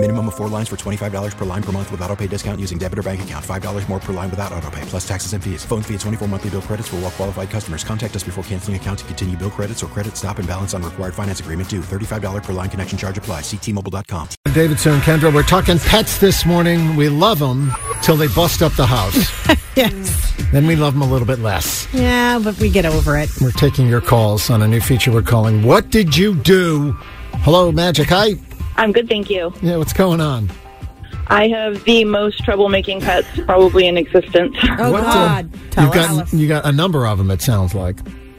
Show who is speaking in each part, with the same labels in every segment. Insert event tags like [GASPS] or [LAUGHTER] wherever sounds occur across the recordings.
Speaker 1: Minimum of four lines for $25 per line per month with auto pay discount using debit or bank account. $5 more per line without auto pay, plus taxes and fees. Phone fee at 24 monthly bill credits for all well qualified customers. Contact us before canceling account to continue bill credits or credit stop and balance on required finance agreement due. $35 per line connection charge apply. Ctmobile.com.
Speaker 2: Davidson and Kendra, we're talking pets this morning. We love them till they bust up the house.
Speaker 3: [LAUGHS] Yes.
Speaker 2: then we love them a little bit less.
Speaker 3: Yeah, but we get over it.
Speaker 2: We're taking your calls on a new feature we're calling What Did You Do? Hello, Magic. Hi.
Speaker 4: I'm good, thank you.
Speaker 2: Yeah, what's going on?
Speaker 4: I have the most troublemaking pets probably in existence.
Speaker 3: Oh,
Speaker 2: What the-
Speaker 3: God. Tell
Speaker 2: You've
Speaker 3: us.
Speaker 2: got, you got a number of them, it sounds like.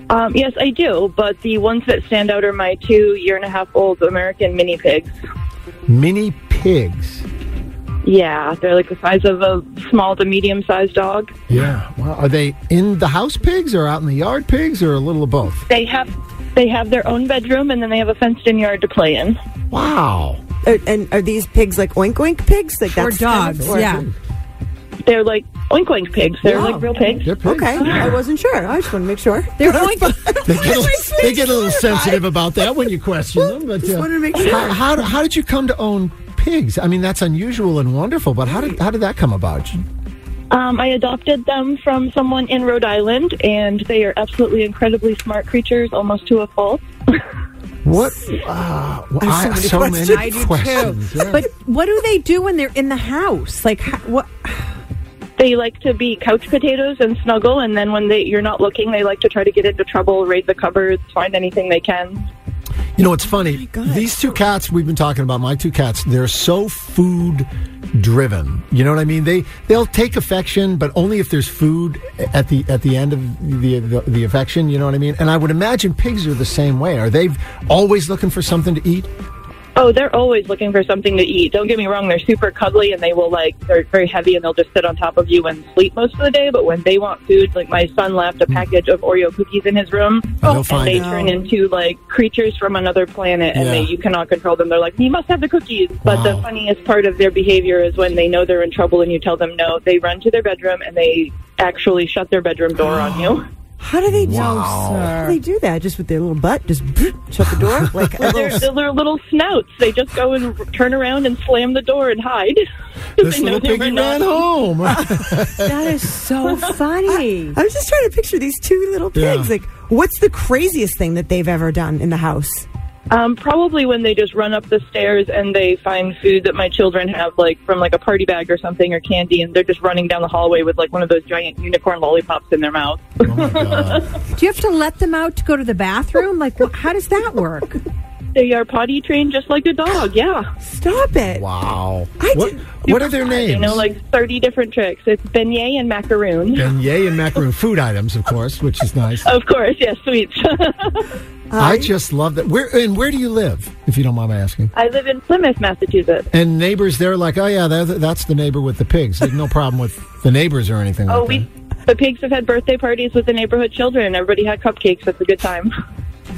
Speaker 4: Um, yes, I do, but the ones that stand out are my two year and a half old American mini pigs.
Speaker 2: Mini pigs.
Speaker 4: Yeah, they're like the size of a small to medium sized dog.
Speaker 2: Yeah. Well, are they in the house pigs or out in the yard pigs or a little of both?
Speaker 4: They have they have their own bedroom and then they have a fenced in yard to play in.
Speaker 2: Wow.
Speaker 5: Are, and are these pigs like oink oink pigs? Like
Speaker 3: Or
Speaker 5: that's kind of-
Speaker 3: dogs,
Speaker 5: or-
Speaker 3: yeah.
Speaker 4: They're like oink oink pigs. They're like real pigs.
Speaker 2: They're pigs.
Speaker 5: Okay, I wasn't sure. I just want to make sure.
Speaker 3: [LAUGHS] They're
Speaker 5: [LAUGHS]
Speaker 3: oink-
Speaker 2: They get, a, they get a little sensitive about that when you question them. But
Speaker 5: Just
Speaker 2: uh,
Speaker 5: wanted to make sure.
Speaker 2: how, how, how did you come to own pigs? I mean, that's unusual and wonderful, but how did, how did that come about?
Speaker 4: Um, I adopted them from someone in Rhode Island and they are absolutely incredibly smart creatures, almost to a fault.
Speaker 2: What? Uh, I,
Speaker 5: many
Speaker 2: so many
Speaker 5: questions.
Speaker 3: I do
Speaker 2: questions,
Speaker 3: too.
Speaker 2: yeah.
Speaker 3: But what do they do when they're in the house? Like, how, what?
Speaker 4: they like to be couch potatoes and snuggle and then when they you're not looking they like to try to get into trouble raid the cupboards find anything they can
Speaker 2: You know, it's funny.
Speaker 5: God.
Speaker 2: These two cats we've been talking about, my two cats, they're so food driven. You know what I mean? They they'll take affection, but only if there's food at the at the end of the the, the affection. You know what I mean? And I would imagine pigs are the same way. Are they always looking for something to eat?
Speaker 4: oh they're always looking for something to eat don't get me wrong they're super cuddly and they will like they're very heavy and they'll just sit on top of you and sleep most of the day but when they want food like my son left a package of oreo cookies in his room
Speaker 2: Hmm. Oh, they'll
Speaker 4: and
Speaker 2: find
Speaker 4: they
Speaker 2: it.
Speaker 4: turn into like creatures from another planet and
Speaker 2: Yeah.
Speaker 4: they, you cannot control them they're like you must have the cookies but
Speaker 2: Wow.
Speaker 4: the funniest part of their behavior is when they know they're in trouble and you tell them no they run to their bedroom and they actually shut their bedroom door on
Speaker 2: [GASPS]
Speaker 4: you
Speaker 5: How do they do?
Speaker 2: Wow.
Speaker 5: How do they do that? Just with their little butt, just [LAUGHS] shut the
Speaker 2: [LAUGHS]
Speaker 5: door like a
Speaker 4: They're,
Speaker 5: little.
Speaker 4: they're little snouts. They just go and r- turn around and slam the door and hide. [LAUGHS]
Speaker 2: This
Speaker 4: They know
Speaker 2: little
Speaker 4: they were
Speaker 2: piggy ran
Speaker 4: not-
Speaker 2: home.
Speaker 4: [LAUGHS]
Speaker 2: [LAUGHS]
Speaker 3: That is
Speaker 5: [LAUGHS]
Speaker 3: so funny.
Speaker 5: I was just trying to picture these two little
Speaker 2: Yeah.
Speaker 5: pigs. Like, what's the craziest thing that they've ever done in the house?
Speaker 4: Um, probably when they just run up the stairs and they find food that my children have, like from like a party bag or something or candy, and they're just running down the hallway with like one of those giant unicorn lollipops in their mouth.
Speaker 2: oh my god!
Speaker 3: Do you have to let them out to go to the bathroom? Like, wh- how does that work?
Speaker 4: They are potty trained just like a dog. Yeah,
Speaker 5: Stop it!
Speaker 2: Wow.
Speaker 5: I
Speaker 2: What,
Speaker 5: did-
Speaker 2: what are their names?
Speaker 4: they know like thirty different tricks. It's beignet and macaroon.
Speaker 2: Beignet and macaroon food items, of course, which is
Speaker 4: [LAUGHS]
Speaker 2: nice.
Speaker 4: Of course, yes, sweets. [LAUGHS]
Speaker 2: I just love that. Where and where do you live, if you don't mind my asking?
Speaker 4: I live in Plymouth, Massachusetts.
Speaker 2: And neighbors, they're like, oh yeah, that, that's the neighbor with the pigs. There's no problem with the neighbors or anything.
Speaker 4: Oh,
Speaker 2: like
Speaker 4: we the pigs have had birthday parties with the neighborhood children, and everybody had cupcakes. It's a good time.
Speaker 2: that.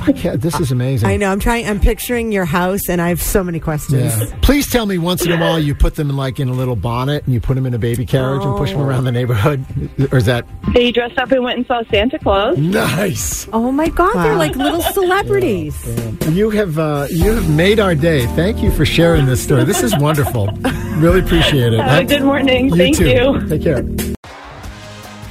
Speaker 2: I can't- this is amazing.
Speaker 5: I know. I'm trying. I'm picturing your house, and I have so many questions.
Speaker 2: Yeah. Please tell me once in a while you put them in like in a little bonnet and you put them in a baby carriage and
Speaker 5: Oh.
Speaker 2: push them around the neighborhood, or is that
Speaker 4: They dressed up and went and saw Santa Claus.
Speaker 2: Mm, nice?
Speaker 3: Oh my God, they're
Speaker 5: Wow.
Speaker 3: like little celebrities.
Speaker 2: You have uh, you have made our day. Thank you for sharing this story. This is wonderful. really appreciate it.
Speaker 4: Have a Uh, good morning.
Speaker 2: You
Speaker 4: Thank
Speaker 2: too.
Speaker 4: you.
Speaker 2: Take care.